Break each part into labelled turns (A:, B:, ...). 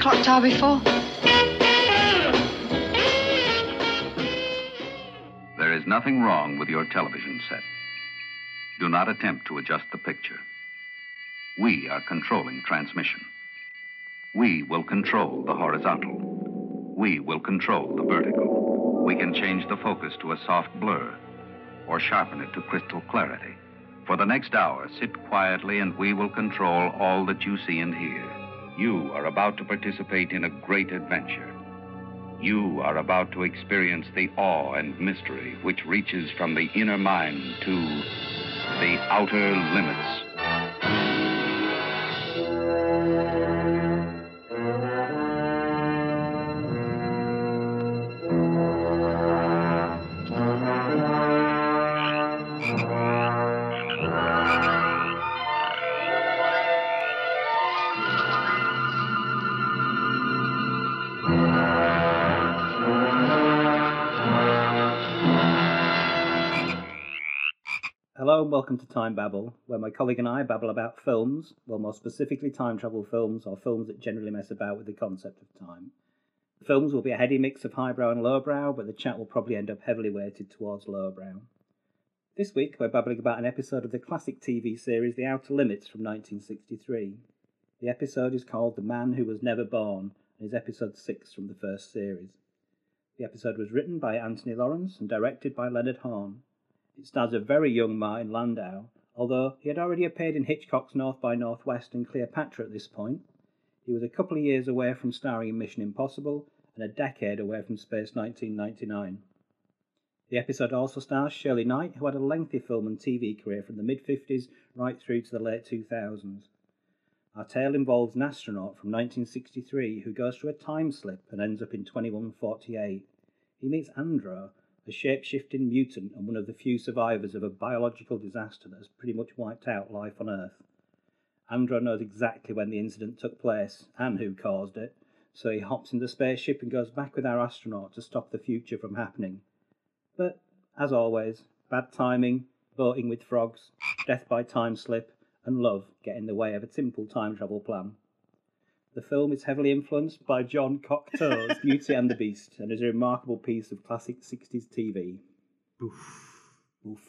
A: Choctaw before?
B: There is nothing wrong with your television set. Do not attempt to adjust the picture. We are controlling transmission. We will control the horizontal. We will control the vertical. We can change the focus to a soft blur or sharpen it to crystal clarity. For the next hour, sit quietly and we will control all that you see and hear. You are about to participate in a great adventure. You are about to experience the awe and mystery which reaches from the inner mind to the outer limits.
C: Hello and welcome to Time Babble, where my colleague and I babble about films, well, more specifically time travel films or films that generally mess about with the concept of time. The films will be a heady mix of highbrow and lowbrow, but the chat will probably end up heavily weighted towards lowbrow. This week, we're babbling about an episode of the classic TV series The Outer Limits from 1963. The episode is called The Man Who Was Never Born and is episode 6 from the first series. The episode was written by Anthony Lawrence and directed by Leonard Horne. It stars a very young Martin Landau, although he had already appeared in Hitchcock's North by Northwest and Cleopatra at this point. He was a couple of years away from starring in Mission Impossible and a decade away from Space 1999. The episode also stars Shirley Knight, who had a lengthy film and TV career from the mid 50s right through to the late 2000s. Our tale involves an astronaut from 1963 who goes through a time slip and ends up in 2148. He meets Andro, a shape-shifting mutant and one of the few survivors of a biological disaster that has pretty much wiped out life on Earth. Andro knows exactly when the incident took place and who caused it, so he hops in the spaceship and goes back with our astronaut to stop the future from happening. But, as always, bad timing, voting with frogs, death by time slip, and love get in the way of a simple time travel plan. The film is heavily influenced by John Cocteau's Beauty and the Beast and is a remarkable piece of classic 60s TV. Oof.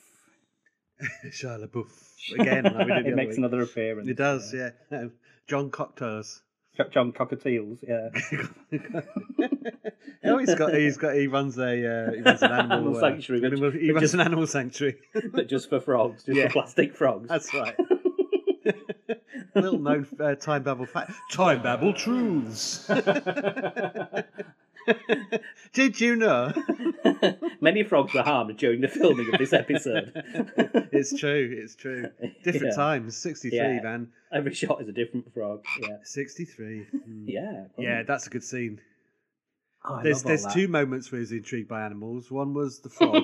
D: Shia LaBeouf again. Like we did the
C: it
D: other
C: makes
D: week.
C: another appearance.
D: It does, yeah. Um, John Cocteau's.
C: Jo- John Cockatiels, yeah.
D: Oh, he's got. He's got. He runs a. Uh, he runs an animal,
C: Animal
D: uh,
C: sanctuary, which-
D: animal- he
C: which
D: runs
C: is-
D: an animal sanctuary.
C: but just for frogs, just
D: Yeah.
C: for plastic frogs.
D: That's right. Little known uh, time babble fact. Time babble truths. Did you know?
C: Many frogs were harmed during the filming of this episode.
D: It's true. It's true. Different
C: Yeah.
D: times. Sixty-three,
C: Yeah.
D: man.
C: Every shot is a different frog. Yeah.
D: Sixty-three. Mm.
C: Yeah.
D: Yeah, that's a good scene.
C: Oh, I
D: There's
C: love all
D: there's
C: that.
D: two moments where he's intrigued by animals. One was the frog.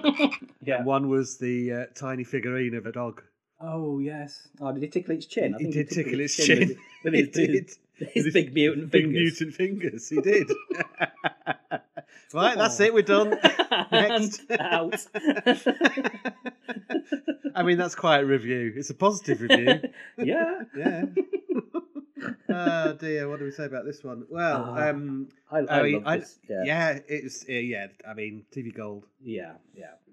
C: Yeah.
D: One was the uh, tiny figurine of a dog.
C: Oh, yes. Oh, did he tickle its chin? I
D: He
C: think
D: did tickle his
C: with
D: chin.
C: With
D: He
C: his,
D: did.
C: his,
D: With his
C: big mutant
D: Big
C: fingers.
D: mutant fingers. He did. right, that's it. We're done. Next.
C: And out.
D: I mean, that's quite a review. It's a positive review.
C: yeah.
D: yeah. oh dear. What do we say about this one? Well,
C: Ah,
D: um,
C: I, I,
D: I mean,
C: love
D: I,
C: this.
D: yeah.
C: Yeah. yeah.
D: it's uh, yeah. I mean, TV Gold.
C: Yeah.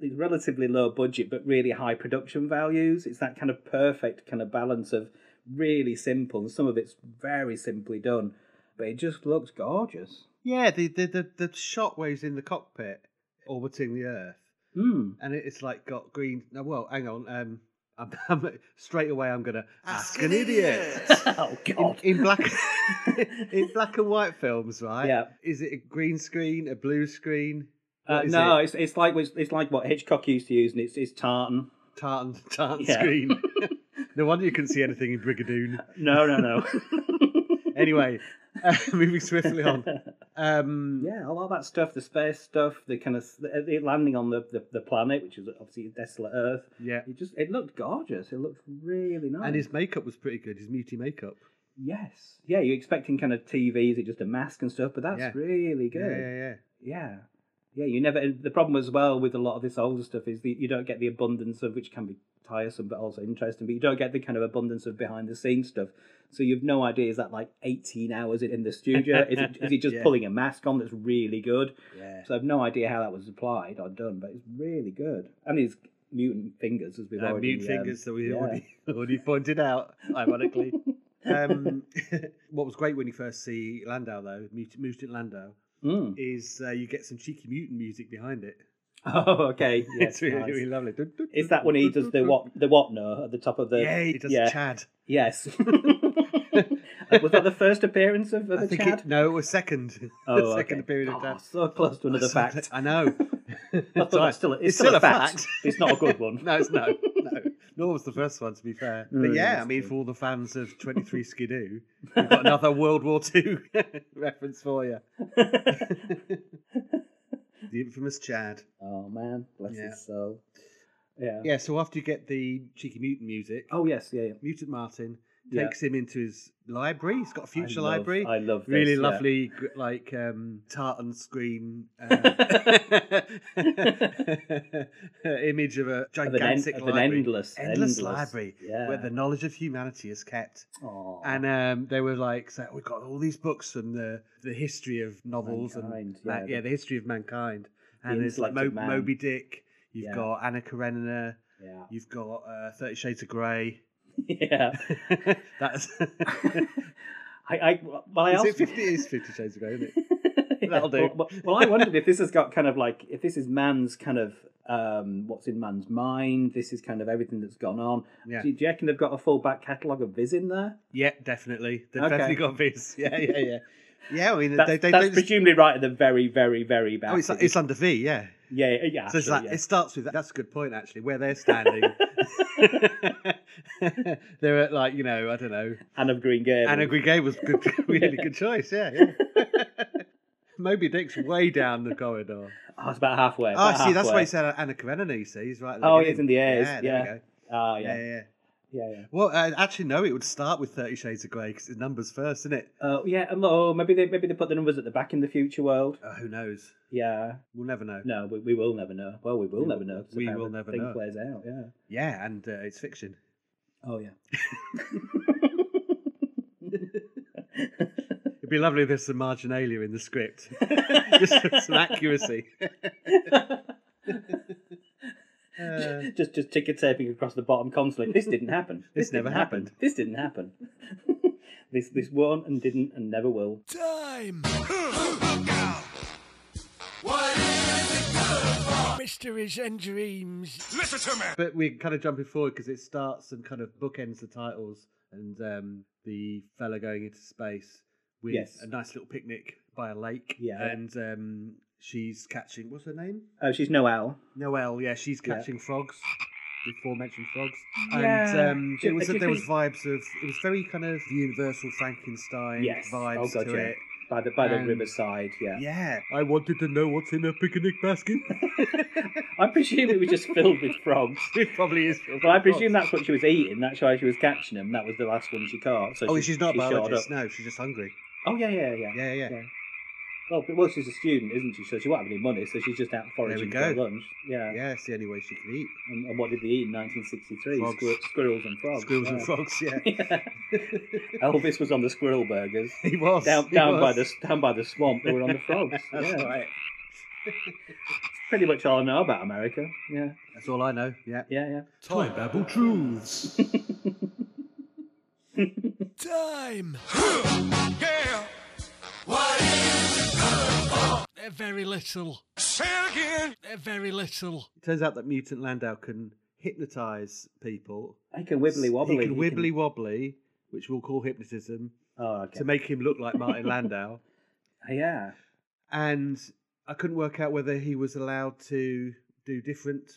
C: It's relatively low budget, but really high production values. It's that kind of perfect kind of balance of really simple, and some of it's very simply done, but it just looks gorgeous.
D: Yeah, the the the, the shot where he's in the cockpit orbiting the Earth,
C: Hmm.
D: and it- it's like got green. No, well, hang on. Um, I'm, I'm, straight away, I'm gonna ask an idiot.
C: Oh,
D: in,
C: God.
D: in black in black and white films, right?
C: Yeah.
D: Is it a green screen, a blue screen?
C: Uh,
D: What is
C: no,
D: it?
C: it's it's like it's, it's like what Hitchcock used to use, and it's it's tartan.
D: Tartan tartan
C: Yeah.
D: screen. no wonder you couldn't see anything in Brigadoon.
C: No, no, no.
D: Anyway, uh, moving swiftly on. Um,
C: yeah, all that stuff, the space stuff, the kind of the, the landing on the, the the planet, which is obviously a desolate Earth.
D: yeah.
C: It just it looked gorgeous. It looked really nice.
D: And his makeup was pretty good. His muty makeup.
C: yes, yeah, you're expecting kind of TV, is it just a mask and stuff? But that's
D: Yeah.
C: really
D: Yeah,
C: good.
D: yeah, yeah.
C: Yeah. Yeah, you never. and The problem as well with a lot of this older stuff is that you don't get the abundance of which can be tiresome but also interesting. But you don't get the kind of abundance of behind the scenes stuff. So you've no idea is that like eighteen hours in the studio? is, it, is he just
D: Yeah.
C: pulling a mask on that's really good?
D: Yeah.
C: So I've no idea how that was applied or done, but it's really good. And his mutant fingers, as we've
D: Uh,
C: already um,
D: mute fingers that we
C: yeah.
D: already, already pointed out, ironically. um, what was great when you first see Landau, though, Mut- Mutant Landau,
C: Um, mm.
D: is uh, you get some cheeky mutant music behind it.
C: Oh, okay. Yes,
D: it's really,
C: nice.
D: really lovely. Dun, dun,
C: Is
D: dun,
C: that when he
D: dun,
C: does
D: dun,
C: the
D: dun.
C: what the what no at the top of the
D: yeah, he does
C: yeah.
D: the Chad.
C: Yes. Uh, was that the first appearance of, of
D: I
C: a
D: think
C: Chad?
D: it, no, it was second.
C: oh,
D: second
C: okay.
D: period of
C: Oh,
D: Chad.
C: so close to another fact.
D: I know.
C: I thought that's still, a- it's,
D: It's
C: still,
D: still
C: a
D: a
C: fact.
D: fact.
C: it's not a good one.
D: No, it's no, no. Nor was the first one, to be fair.
C: No,
D: But yeah,
C: Mm, that's
D: I mean,
C: good.
D: for all the fans of 23 Skidoo, we've got another World War II reference for you. The infamous Chad.
C: oh man, bless
D: Yeah.
C: his soul. Yeah.
D: Yeah, so after you get the cheeky mutant music,
C: Oh yes, yeah. yeah.
D: Mutant Martin
C: Yeah.
D: takes him into his library. He's got a future
C: I love-
D: library.
C: I love this,
D: really
C: yeah.
D: lovely, gr like um, tartan um, screen uh, image of a
C: Of an, en-
D: gigantic
C: of an
D: library.
C: endless,
D: Endless library
C: Yeah.
D: where the knowledge of humanity is kept.
C: Aw,
D: And um, they were like, so we've got all these books from the, the history of novels
C: Mankind,
D: and man-
C: yeah.
D: yeah, the history of mankind. And there's like Mo-
C: intellect of man.
D: Moby Dick. You've
C: Yeah.
D: got Anna Karenina.
C: yeah.
D: You've got uh, Thirty Shades of Grey.
C: yeah.
D: That's
C: I, I, well, I
D: is
C: also,
D: it fifty? It is Fifty Shades of Grey, isn't it?
C: Yeah,
D: That'll do.
C: Well, well- well, I wondered if this has got kind of like if this is man's kind of um, what's in man's mind. This is kind of everything that's gone on.
D: Yeah.
C: Do, you, do you reckon they've got a full back catalogue of Viz in there?
D: Yeah, definitely. They've
C: Okay.
D: definitely got this. Yeah, yeah, yeah. Yeah, I mean,
C: That's,
D: they, they,
C: that's
D: they just-
C: presumably right at the very, very, very back.
D: oh, it's,
C: It
D: it's
C: is-
D: under V, yeah.
C: yeah, yeah, yeah.
D: So it's
C: actually,
D: like
C: yeah.
D: it starts with that. That's a good point, actually. Where they're standing, they're at like you know, I don't know.
C: Anne of Green Gables.
D: Anna Green Gables, good, really good choice. Yeah, yeah. Moby Dick's way down the corridor.
C: Oh, it's about halfway.
D: Oh,
C: about
D: see, that's
C: halfway.
D: why he said Anna Karenina. You see, he's right. At the
C: Oh, he
D: beginning.
C: is in the air,
D: Yeah, there
C: yeah.
D: we go.
C: Oh,
D: Yeah,
C: yeah,
D: yeah. yeah.
C: yeah, yeah.
D: Well, uh, actually, no. It would start with Thirty Shades of Grey because it numbers first, isn't it?
C: Uh, yeah, and oh, maybe they maybe they put the numbers at the back in the future world.
D: Oh, who knows?
C: Yeah,
D: We'll never know.
C: no, we, we will never know. Well, we will
D: We
C: never
D: will-
C: know. 'cause
D: we
C: of how
D: will
C: the
D: never
C: thing
D: know.
C: Plays out. Yeah.
D: Yeah, and uh, it's fiction.
C: Oh yeah.
D: It'd be lovely if there's some marginalia in the script, just some accuracy. Uh,
C: just just ticker taping across the bottom constantly. This didn't happen.
D: This
C: didn't
D: never
C: happen.
D: happened.
C: This didn't happen. this this won't and didn't and never will.
A: time. Mysteries and dreams.
D: but we're kind of jumping forward because it starts and kind of bookends the titles and um, the fella going into space with
C: Yes.
D: a nice little picnic by a lake.
C: Yeah.
D: And um, she's catching, what's her name?
C: Oh, she's no owl.
D: Noelle, yeah, she's
C: Yeah.
D: catching frogs. Before mentioned frogs,
C: Yeah.
D: and um,
C: Do-
D: it was
C: do you
D: there was
C: think-
D: vibes of it was very kind of Universal Frankenstein
C: Yes.
D: vibes
C: oh god,
D: to
C: yeah.
D: it.
C: By the by the
D: And-
C: riverside. Yeah.
D: Yeah, I wanted to know what's in a picnic basket.
C: I presume it was just filled with frogs.
D: it probably is. filled
C: But I
D: with frogs.
C: presume that's what she was eating. That's why she was catching them. That was the last one she caught. So
D: Oh,
C: she,
D: she's not a
C: she shored
D: biologist.
C: up.
D: No, she's just hungry.
C: Oh yeah, yeah, yeah.
D: Yeah, yeah.
C: Yeah. Well, but- well, she's a student, isn't she? So she won't have any money. So she's just out foraging
D: go.
C: for lunch. Yeah.
D: Yeah, it's the only way she can eat.
C: And, and what did they eat in 1963?
D: Frogs.
C: Squir- squirrels and frogs.
D: Squirrels and
C: yeah.
D: frogs. Yeah,
C: Elvis was on the squirrel burgers.
D: he was
C: Down,
D: he
C: down by
D: was.
C: the down by the swamp, they were on the frogs.
D: That's
C: yeah.
D: right.
C: Pretty much all I know about America. Yeah,
D: That's all I know. Yeah.
C: yeah, yeah.
A: Toy Babble Truths. time. yeah. What is They're very little. Say it again. They're very little.
D: It turns out that mutant Landau can hypnotize people.
C: I can wibbly wobbly.
D: He can wibbly wobbly, which we'll call hypnotism,
C: Oh, okay.
D: to make him look like Martin Landau.
C: yeah.
D: and I couldn't work out whether he was allowed to do different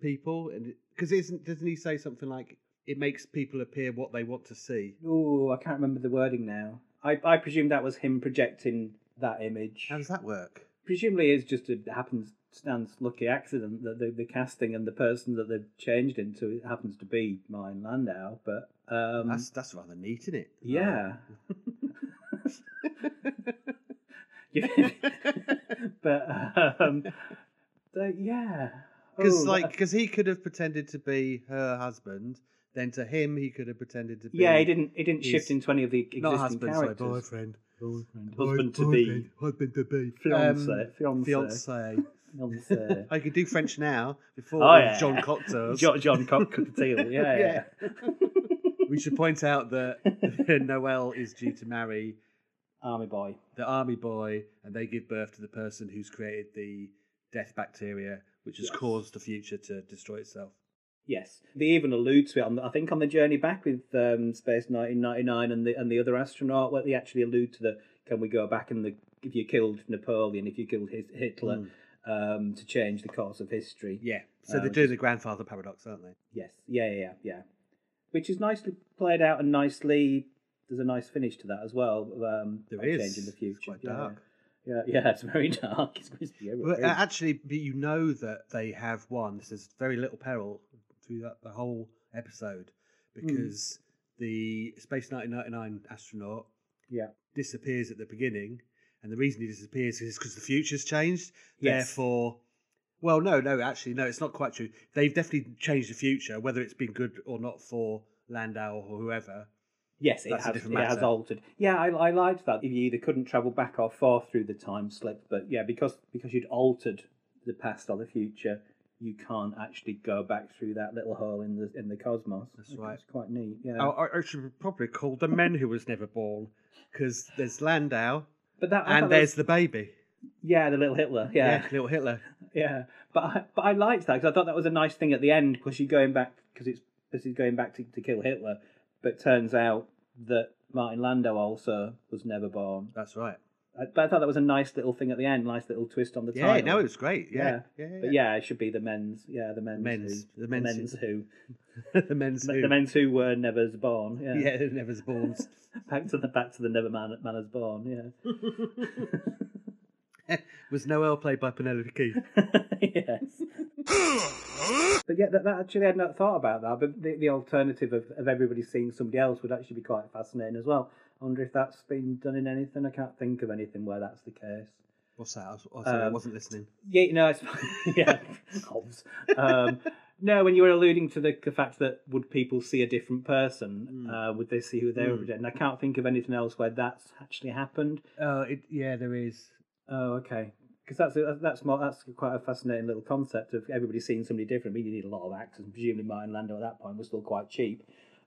D: people, and because isn't doesn't he say something like it makes people appear what they want to see?
C: Oh, I can't remember the wording now. I, I presume that was him projecting that image.
D: How does that work?
C: Presumably, it's just a happenstance lucky accident that the, the casting and the person that they've changed into happens to be Martin Landau. But um,
D: that's that's rather neat, isn't it?
C: yeah. Yeah. but um, so, yeah.
D: Because
C: Oh,
D: like, because he could have pretended to be her husband. Then to him, he could have pretended to be.
C: yeah, it didn't it didn't shift
D: he's-
C: into any of the existing
D: Not husband, sorry,
C: characters.
D: boyfriend.
C: Husband to be,
D: Husband to be.
C: Fiance, fiance.
D: Fiance.
C: fiance.
D: Um, I could do French now. Before
C: Oh,
D: it was
C: yeah.
D: John Cocktails.
C: John, John Cock Cockatiel, yeah, yeah.
D: we should point out that Noel is due to marry
C: Army boy.
D: the army boy, and they give birth to the person who's created the death bacteria, which has
C: Yes.
D: caused the future to destroy itself.
C: Yes, they even allude to it. On the, I think on the journey back with um, Space 1999 and the and the other astronaut, where they actually allude to the can we go back and the if you killed Napoleon, if you killed his, Hitler, um, to change the course of history.
D: Mm. Yeah. So
C: Uh,
D: they're doing the grandfather paradox, aren't they?
C: Yes, yeah, yeah, yeah, yeah. Which is nicely played out and nicely. There's a nice finish to that as well. Um,
D: There
C: by
D: is.
C: change in the
D: It's
C: future.
D: quite
C: yeah,
D: dark.
C: Yeah, yeah, yeah, it's very dark. It's crispy.
D: But uh, actually, but you know that they have won. There's very little peril through that, the whole episode
C: Mm.
D: because the Space 1999 astronaut
C: Yeah.
D: disappears at the beginning, and the reason he disappears is because the future's changed.
C: Yes.
D: Therefore, well, no, no, actually, no, it's not quite true. They've definitely changed the future, whether it's been good or not for Landau or whoever.
C: Yes, it
D: That's a
C: has. It
D: different
C: has
D: matter.
C: altered. Yeah, I, I liked that. If you either couldn't travel back or forth through the time slip, but yeah, because because you'd altered the past or the future, you can't actually go back through that little hole in the in the cosmos.
D: That's
C: I think
D: right.
C: It's quite neat. Yeah.
D: Oh, I, I should probably call the men who was never born because there's Landau
C: but that I thought
D: and
C: that
D: there's
C: was-
D: the baby.
C: yeah, the little Hitler.
D: Yeah,
C: Yeah,
D: little Hitler.
C: yeah. But I, but I liked that because I thought that was a nice thing at the end because you're going back because it's because he's going back to, to kill Hitler, but turns out that Martin Landau also was never born.
D: That's right.
C: I- But I thought that was a nice little thing at the end, nice little twist on the
D: Yeah,
C: title.
D: no, it was great. Yeah, yeah,
C: But yeah, it should be the men's. Yeah, the men's.
D: Men's.
C: Who,
D: The men's who-
C: who.
D: the men's
C: The men's who were never as born. Yeah.
D: yeah, the never's born.
C: Back to the back to the never man, man as born.
D: was Noel played by Penelope Keith?
C: Yeah. yes. but yeah, that, that actually I had not thought about that. But the, the alternative of, of everybody seeing somebody else would actually be quite fascinating as well. I wonder if that's been done in anything. I can't think of anything where that's the case.
D: What's that? I, was, oh, sorry, I
C: Um,
D: wasn't listening.
C: Yeah, no, it's fine. yeah, obs. Um, no, when you were alluding to the, the fact that would people see a different
D: Hmm.
C: person, uh, would they see who they were
D: Mm.
C: projecting? I can't think of anything else where that's actually happened.
D: Oh, it, yeah, there is.
C: Oh, okay, because that's a, that's more that's quite a fascinating little concept of everybody seeing somebody different. I mean, you need a lot of actors, and presumably Martin Landau at that point was still quite cheap.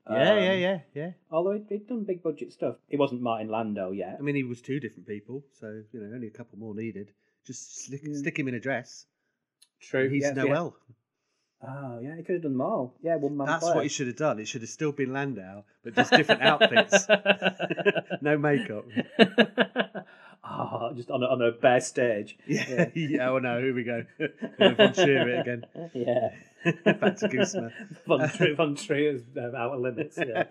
D: Yeah, yeah,
C: Um,
D: yeah, yeah.
C: Although he'd, he'd done big budget stuff, it wasn't Martin Landau yet.
D: I mean, he was two different people, so you know, only a couple more needed. Just slick,
C: Mm.
D: stick him in a dress.
C: True,
D: He's Noel.
C: Oh, yeah, he could have done them all. Yeah, one man.
D: That's
C: play.
D: what he should have done. It should have still been Landau, but just different outfits, no makeup.
C: Ah, just on a, on a bare stage.
D: Yeah. yeah. Oh no, here we go. Von Trier it again.
C: Yeah.
D: Back to Gooseman.
C: Von, Tr- Von Trier's um, outer limits. Yeah.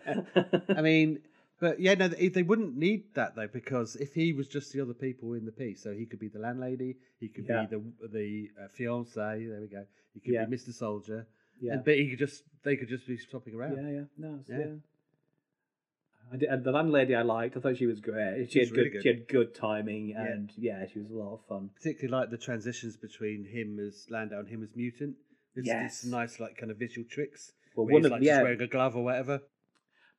D: I mean, but yeah, no, they, they wouldn't need that though because if he was just the other people in the piece, so he could be the landlady, he could
C: Yeah.
D: be the the uh, fiance. There we go. He could
C: Yeah.
D: be Mister Soldier.
C: yeah.
D: and- but he could just they could just be swapping
C: Yeah.
D: around.
C: Yeah. No. it's-
D: Yeah.
C: yeah. I did, and the landlady I liked. I thought she was great. She
D: She's
C: had
D: really
C: good,
D: good.
C: She had good timing,
D: Yeah.
C: and yeah, she was a lot of fun.
D: Particularly like the transitions between him as Landau and him as mutant. There's
C: Yes.
D: some nice like kind of visual tricks.
C: Well,
D: where
C: one
D: he's,
C: of
D: like
C: yeah,
D: just wearing a glove or whatever.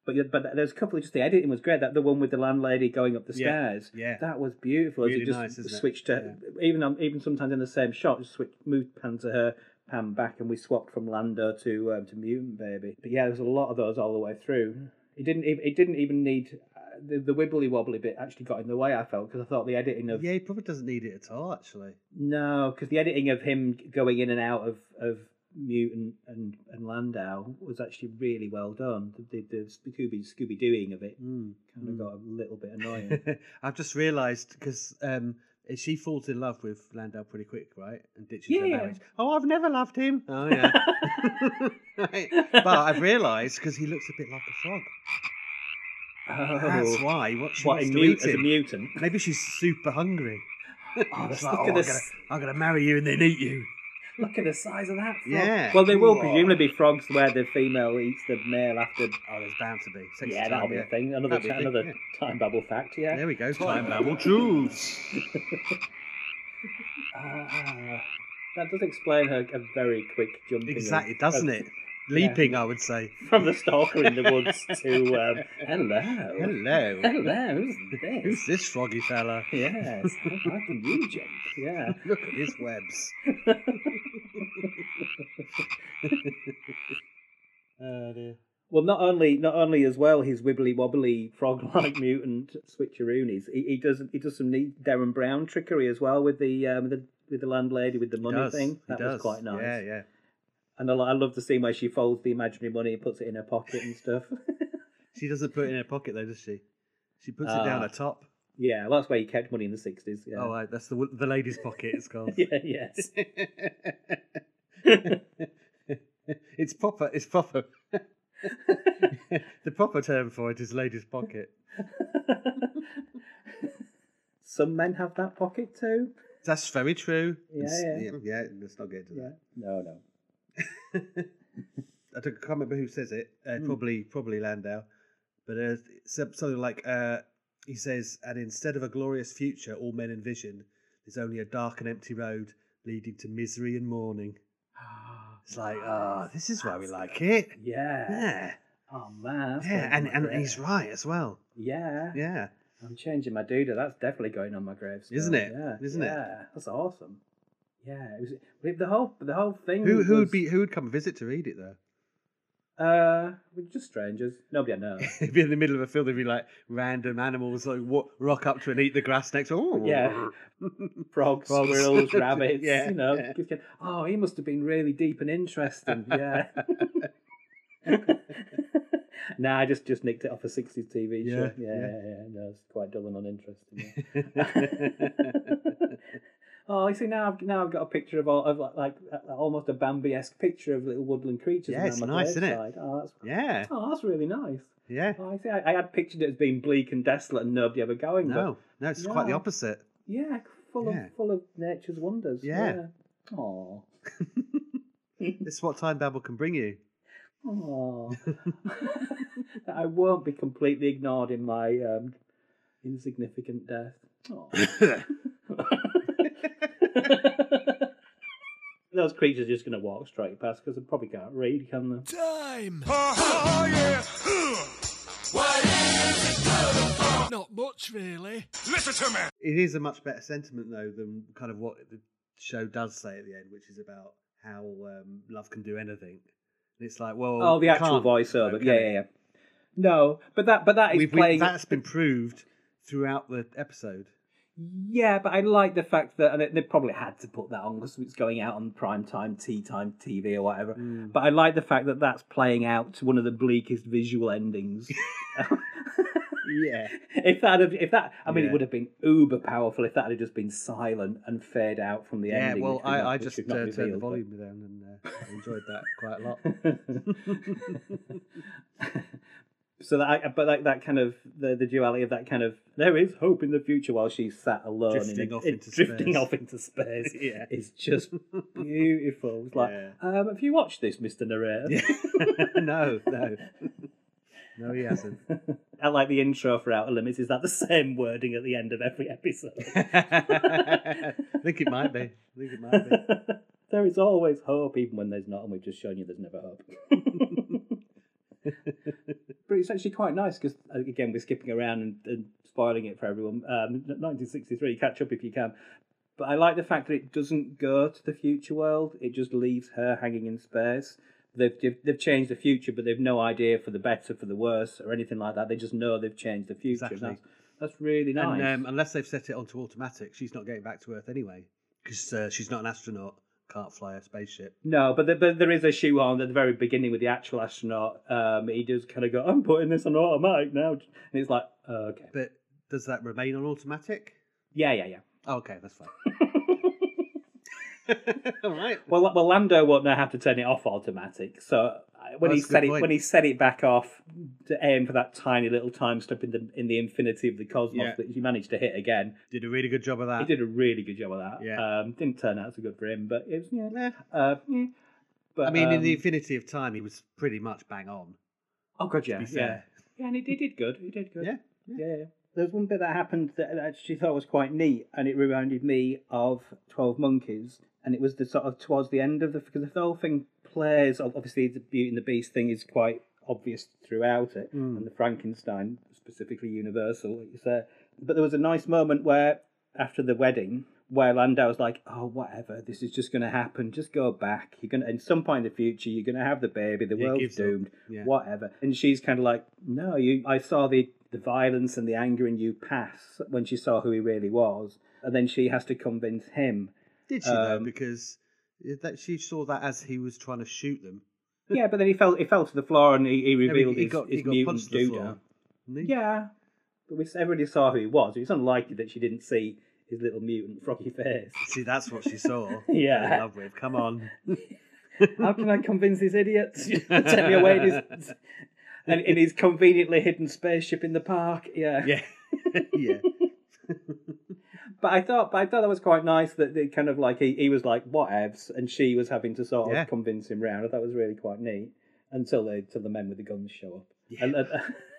C: but yeah, but there's a couple. Of, just the editing was great. That the one with the landlady going up the
D: Yeah.
C: stairs.
D: Yeah,
C: That was beautiful. as
D: Really
C: it just
D: nice, isn't it?
C: switched to even on, even sometimes in the same shot, just switch moved pan to her, pan back, and we swapped from Lando to um, to Mutant Baby. But yeah, there's a lot of those all the way through. It didn't even it didn't even need uh, the, the wibbly wobbly bit actually got in the way. I felt because I thought the editing of
D: yeah. He probably doesn't need it at all actually.
C: no, because the editing of him going in and out of of Mutant and and Landau was actually really well done. The the, the Scooby Scooby Dooing of it
D: Mm.
C: kind of
D: Mm.
C: got a little bit annoying.
D: I've just realised because um, she falls in love with Landau pretty quick, right? And ditches her
C: Yeah.
D: marriage. Oh, I've never loved him. Oh yeah. Right. But I've realised because he looks a bit like a frog.
C: Oh.
D: That's why. What she
C: What,
D: wants
C: in
D: to
C: mute,
D: eat
C: as a
D: him.
C: mutant?
D: Maybe she's super hungry.
C: Oh,
D: It's
C: let's
D: like,
C: look, at
D: oh, I'm,
C: the,
D: gonna,
C: s-
D: I'm gonna marry you and then eat you.
C: look at the size of that frog.
D: Yeah.
C: Well, there will
D: Cool.
C: presumably be frogs where the female eats the male after.
D: Oh, there's bound to be. Sex
C: yeah,
D: time,
C: that'll be
D: yeah.
C: a thing. Another,
D: That'd be a
C: ti-
D: thing,
C: another
D: yeah.
C: time bubble fact, yeah.
D: There we go.
B: Time Babble Truths.
C: Ah, that does explain her a very quick jumping. of-
D: Exactly, doesn't
C: of-
D: it? Leaping, I would say.
C: From the stalker in the woods to um, hello,
D: Hello.
C: hello, who's this?
D: Who's this froggy fella?
C: Yes, how can you jump? Yeah.
D: Look at his webs. Oh dear.
C: Well, not only not only as well his wibbly wobbly frog like mutant switcheroonies, he, he does he does some neat Darren Brown trickery as well with the um the with the landlady with the money
D: does.
C: thing.
D: he
C: That
D: does.
C: was quite nice.
D: Yeah, yeah.
C: And I, lo- I love the scene where she folds the imaginary money and puts it in her pocket and stuff.
D: She doesn't put it in her pocket though, does she? She puts it down
C: Ah.
D: her top.
C: yeah, well, that's where you kept money in the sixties. Yeah.
D: Oh, right, that's the the lady's pocket. It's called.
C: yeah, yes.
D: it's proper. It's proper. the proper term for it is lady's pocket.
C: Some men have that pocket too.
D: That's very true.
C: Yeah,
D: It's-
C: yeah.
D: yeah. Let's not get to that.
C: No, no.
D: I don't, can't remember who says it. Uh,
C: Hmm.
D: Probably, probably Landau. But uh, some- something like uh, he says, "And instead of a glorious future, all men envision, there's only a dark and empty road leading to misery and mourning." It's like, ah, this is why we like it.
C: Yeah.
D: Yeah,
C: Oh man. that's
D: yeah,
C: going on
D: and
C: my
D: and
C: grave.
D: he's right as well.
C: Yeah.
D: Yeah,
C: I'm changing my doodah. That's definitely going on my gravestone.
D: Isn't it?
C: Yeah.
D: Isn't it?
C: Yeah. That's awesome. Yeah. It was but the whole the whole thing.
D: who who
C: was-
D: would be who would come visit to read it though?
C: Uh, we're just strangers. Nobody I know.
D: It'd be in the middle of a field. There'd be like random animals like wa- rock up to and eat the grass next. Oh,
C: yeah. Frogs,
D: Frogs.
C: squirrels, rabbits.
D: Yeah,
C: You know.
D: yeah.
C: just get- Oh, he must have been really deep and interesting. Yeah. nah, I just just nicked it off a '60s TV show.
D: Yeah,
C: Yeah, yeah,
D: yeah.
C: yeah. No, it's quite dull and uninteresting. yeah. oh, you see now I've now I've got a picture of all of like, like uh, almost a Bambi-esque picture of little woodland creatures.
D: Yeah,
C: around
D: it's
C: my
D: nice, isn't it?
C: graveside. Oh, that's
D: yeah,
C: oh, that's really nice.
D: yeah.
C: Oh, I see. I, I had pictured it as being bleak and desolate and nobody ever going. but
D: No, no, it's quite the
C: No.
D: opposite.
C: yeah, full
D: Yeah.
C: of full of nature's wonders.
D: Yeah.
C: yeah. Aw.
D: This is what time babble can bring you.
C: Aw. I won't be completely ignored in my um, insignificant death. Aw. Those creatures are just going to walk straight past because they probably can't read, can they?
A: Time.
E: Oh, yeah.
A: Not much, really.
E: Listen to me.
D: It is a much better sentiment though than kind of what the show does say at the end, which is about how um, love can do anything. And it's like, well,
C: Oh, the
D: it
C: actual
D: can't,
C: voiceover.
D: though, can
C: yeah,
D: it?
C: yeah, yeah. No, but that but that is
D: We've- we-
C: playing.
D: that's been proved throughout the episode.
C: Yeah, but I like the fact that, and it, they probably had to put that on because it's going out on prime time, tea time TV or whatever.
D: Mm.
C: But I like the fact that that's playing out to one of the bleakest visual endings.
D: Yeah,
C: if that, had, if that, I mean,
D: Yeah.
C: it would have been uber powerful if that had just been silent and fade out from the
D: yeah.
C: ending.
D: Well,
C: which we've
D: I,
C: not-
D: I
C: which
D: just uh,
C: we've not
D: turned the
C: revealed, but-
D: volume down and uh, enjoyed that quite a lot.
C: so that, I- but like that kind of the, the duality of that kind of there is hope in the future while she's sat alone in a-
D: Drifting off
C: in-
D: into
C: drifting
D: space.
C: off into space.
D: Yeah.
C: it's just beautiful. It's like,
D: Yeah.
C: um, have you watched this, Mister Narrator?
D: no, no, no, he hasn't.
C: I like the intro for Outer Limits. Is that the same wording at the end of every episode?
D: I think it might be. I think it might be.
C: there is always hope, even when there's not, and we've just shown you there's never hope. but it's actually quite nice because, again, we're skipping around and, and spoiling it for everyone. Um, 1963, catch up if you can. But I like the fact that it doesn't go to the future world, it just leaves her hanging in space. They've, they've- they've changed the future, but they've no idea for the better, for the worse, or anything like that. They just know they've changed the future. and
D: Exactly.
C: That's, that's really nice.
D: And um, unless they've set it onto automatic, she's not getting back to Earth anyway because uh, she's not an astronaut, can't fly a spaceship.
C: No, but, the, but there is a shoe on at the very beginning with the actual astronaut. Um, he does kind of go, "I'm putting this on automatic now," and it's like, oh, "Okay,
D: But does that remain on automatic?
C: yeah, yeah, yeah."
D: Oh, okay, that's fine. All right.
C: Well, well, Lando won't know how to turn it off automatic. So uh, when
D: Well,
C: he
D: that's a good
C: set it
D: point.
C: when he set it back off to aim for that tiny little time slip in the in the infinity of the cosmos
D: Yeah.
C: that he managed to hit again,
D: Did a really good job of that.
C: he did a really good job of that.
D: Yeah.
C: Um, didn't turn out so good for him, but it was yeah.
D: Eh,
C: Uh, yeah. But
D: I mean, in the
C: um,
D: infinity of time, he was pretty much bang on.
C: oh god, yeah,
D: To be
C: yeah,
D: fair.
C: yeah, and he, he did good. He did good.
D: Yeah,
C: yeah. yeah. There was one bit that happened that I actually thought was quite neat, and it reminded me of Twelve Monkeys. And it was the sort of towards the end of the because the whole thing plays obviously the Beauty and the Beast thing is quite obvious throughout it,
D: Hmm.
C: and the Frankenstein specifically universal. It's there, but there was a nice moment where after the wedding. Where Landau's like, oh, whatever, this is just going to happen. Just go back. You're going to, at some point in the future, you're going to have the baby. The
D: Yeah, he
C: world's
D: gives up.
C: doomed
D: Yeah.
C: whatever. And she's kind of like, no, you. I saw the the violence and the anger in you pass when she saw who he really was, and then she has to convince him.
D: Did she though?
C: Um,
D: Because it- that she saw that as he was trying to shoot them.
C: yeah, but then he fell he fell to the floor and he, he
D: No, he-
C: revealed
D: he
C: his,
D: got-
C: his
D: he got
C: mutant
D: punched to the
C: doodah.
D: floor, didn't he?
C: Yeah, but we everybody saw who he was. It's unlikely that she didn't see his little mutant froggy face.
D: See, that's what she saw.
C: Yeah.
D: Fell In love with. Come on.
C: How can I convince this idiot to take me away? in his- And in his conveniently hidden spaceship in the park,
D: Yeah. yeah.
C: But I thought, but I thought that was quite nice that they kind of like he, he was like whatevs, and she was having to sort
D: Yeah.
C: of convince him round. I thought it was really quite neat until they till the men with the guns show up. And, uh,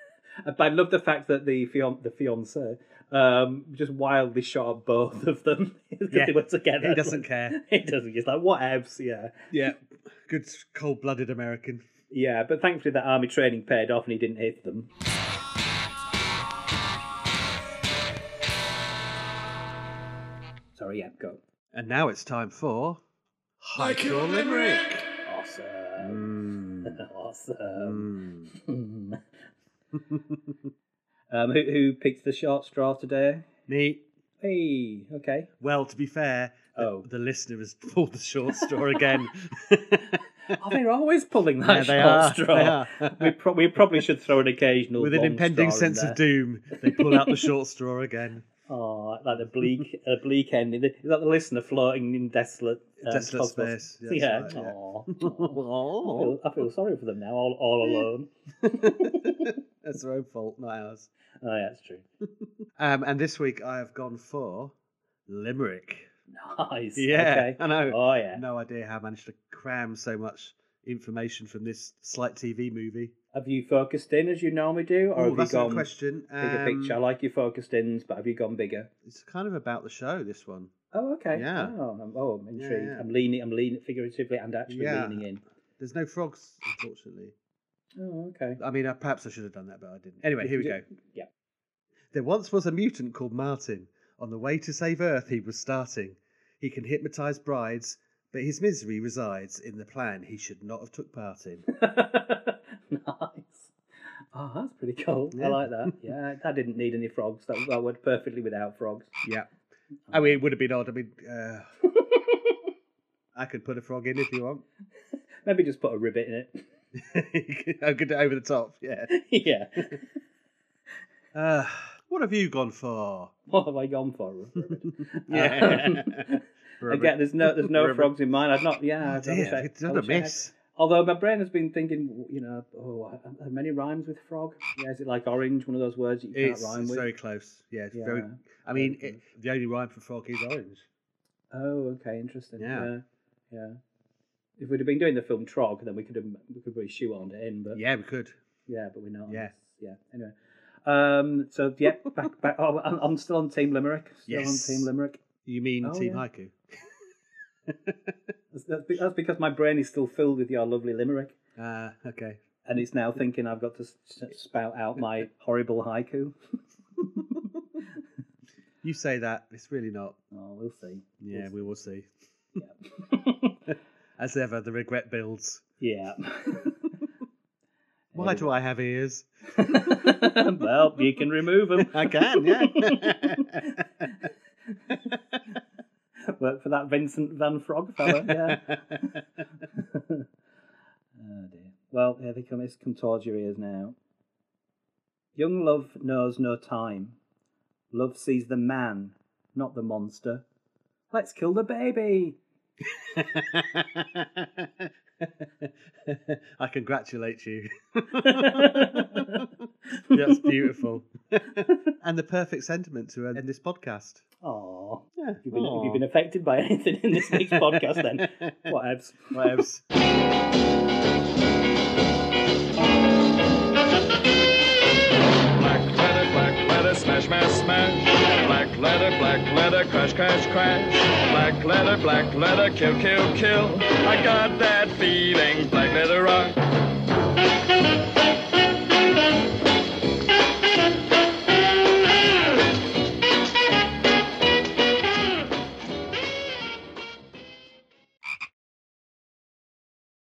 C: but I love the fact that the fian- the fiance um, just wildly shot at both of them because
D: Yeah.
C: they were together.
D: He doesn't care.
C: He doesn't. He's like whatevs. Yeah,
D: Yeah. Good cold blooded American.
C: yeah. But thankfully that army training paid off, and he didn't hit them. Sorry, yeah, go.
D: And now it's time for.
A: Like your limerick.
C: Awesome. Um,
D: Mm.
C: Awesome.
D: Mm. Um,
C: um, who, who picked the short straw today?
D: Neat.
C: Hey, okay.
D: Well, to be fair, the,
C: Oh.
D: the listener has pulled the short straw again.
C: Oh, they're always pulling that
D: Yeah,
C: short
D: they are,
C: straw.
D: they are.
C: we, pro- we probably should throw an occasional
D: With an
C: long
D: impending
C: straw in
D: sense of
C: there.
D: doom, they pull out the short straw again.
C: Oh, like a bleak, a bleak ending. Is that the listener floating in desolate, um,
D: Desolate
C: cosmos?
D: space. Yeah,
C: yeah.
D: that's right, yeah. Eh.
C: Aw. I, feel, I feel sorry for them now, all, all alone.
D: That's their own fault, not ours.
C: Oh, yeah, that's true.
D: Um, and this week I have gone for Limerick.
C: Nice.
D: Yeah,
C: Okay.
D: I know.
C: Oh, yeah.
D: No idea how I managed to cram so much information from this slight TV movie.
C: Have you focused in as you normally do, or
D: Oh,
C: have
D: that's
C: you
D: a
C: gone
D: good question.
C: bigger
D: Um,
C: picture? I like your focused ins, but have you gone bigger?
D: It's kind of about the show. This one.
C: Oh, okay.
D: Yeah.
C: Oh, I'm, oh, I'm
D: Yeah,
C: intrigued.
D: yeah.
C: I'm leaning. I'm leaning figuratively and actually
D: Yeah.
C: leaning in.
D: There's no frogs, unfortunately.
C: Oh, okay.
D: I mean, I, perhaps I should have done that, but I didn't. Anyway, here we go.
C: Yeah.
D: There once was a mutant called Martin. On the way to save Earth, he was starting. He can hypnotize brides, but his misery resides in the plan he should not have took part in.
C: nice. Oh, that's pretty cool.
D: Yeah.
C: I like that. Yeah, that didn't need any frogs. That, that worked perfectly without frogs.
D: yeah.
C: Oh,
D: I mean, it would have been odd. I mean, uh, I could put a frog in if you want.
C: Maybe just put a ribbit in it.
D: I could do it over the top. Yeah.
C: yeah.
D: Uh, what have you gone for?
C: What have I gone for? A ribbit.
D: Yeah.
C: Again, there's no there's no
D: Ribbit.
C: frogs in mine. I've not. Yeah,
D: Oh,
C: I've not
D: dear,
C: checked.
D: it's not
C: I'll
D: a
C: check.
D: miss.
C: Although my brain has been thinking, you know, oh, are there many rhymes with frog? Yeah, is it like orange, one of those words that you can't
D: It's,
C: rhyme
D: it's
C: with?
D: very close. Yeah, it's very.
C: Yeah,
D: I mean,
C: very
D: it, the only rhyme for frog is orange.
C: Oh, okay, interesting.
D: Yeah.
C: Yeah. yeah, If we'd have been doing the film Trog, then we could have we could really shoehorned it in, but yeah,
D: Yeah, we could.
C: but we're not.
D: Yeah.
C: Yes. Yeah. Anyway, um, so yeah, back back. Oh, I'm, I'm still on Team Limerick. Still
D: Yes.
C: on Team Limerick.
D: You mean
C: Oh,
D: Team
C: yeah.
D: Haiku?
C: That's, that's, be- that's because my brain is still filled with your lovely Limerick,
D: Ah, okay.
C: and it's now thinking I've got to s- s- spout out my horrible haiku.
D: You say that. It's really not.
C: Oh, we'll see.
D: Yeah, we will see.
C: Yeah.
D: As ever, the regret builds.
C: Yeah.
D: Why do I have ears?
C: well, you can remove them.
D: I can, yeah.
C: Work for that Vincent Van Frog fella. Yeah. oh dear. Well, here they come. It's come towards your ears now. Young love knows no time. Love sees the man, not the monster. Let's kill the baby.
D: I congratulate you. That's
C: That's
D: beautiful. and the perfect sentiment to end this podcast.
C: Aww.
D: Yeah.
C: Have you been, have you been affected by anything in this week's podcast then? Whatevs.
D: Whatevs.
E: Black leather, black leather, smash, smash.
F: leather, black leather, crash, crash, crash. Black leather, black leather, kill, kill, kill. I got that feeling, black leather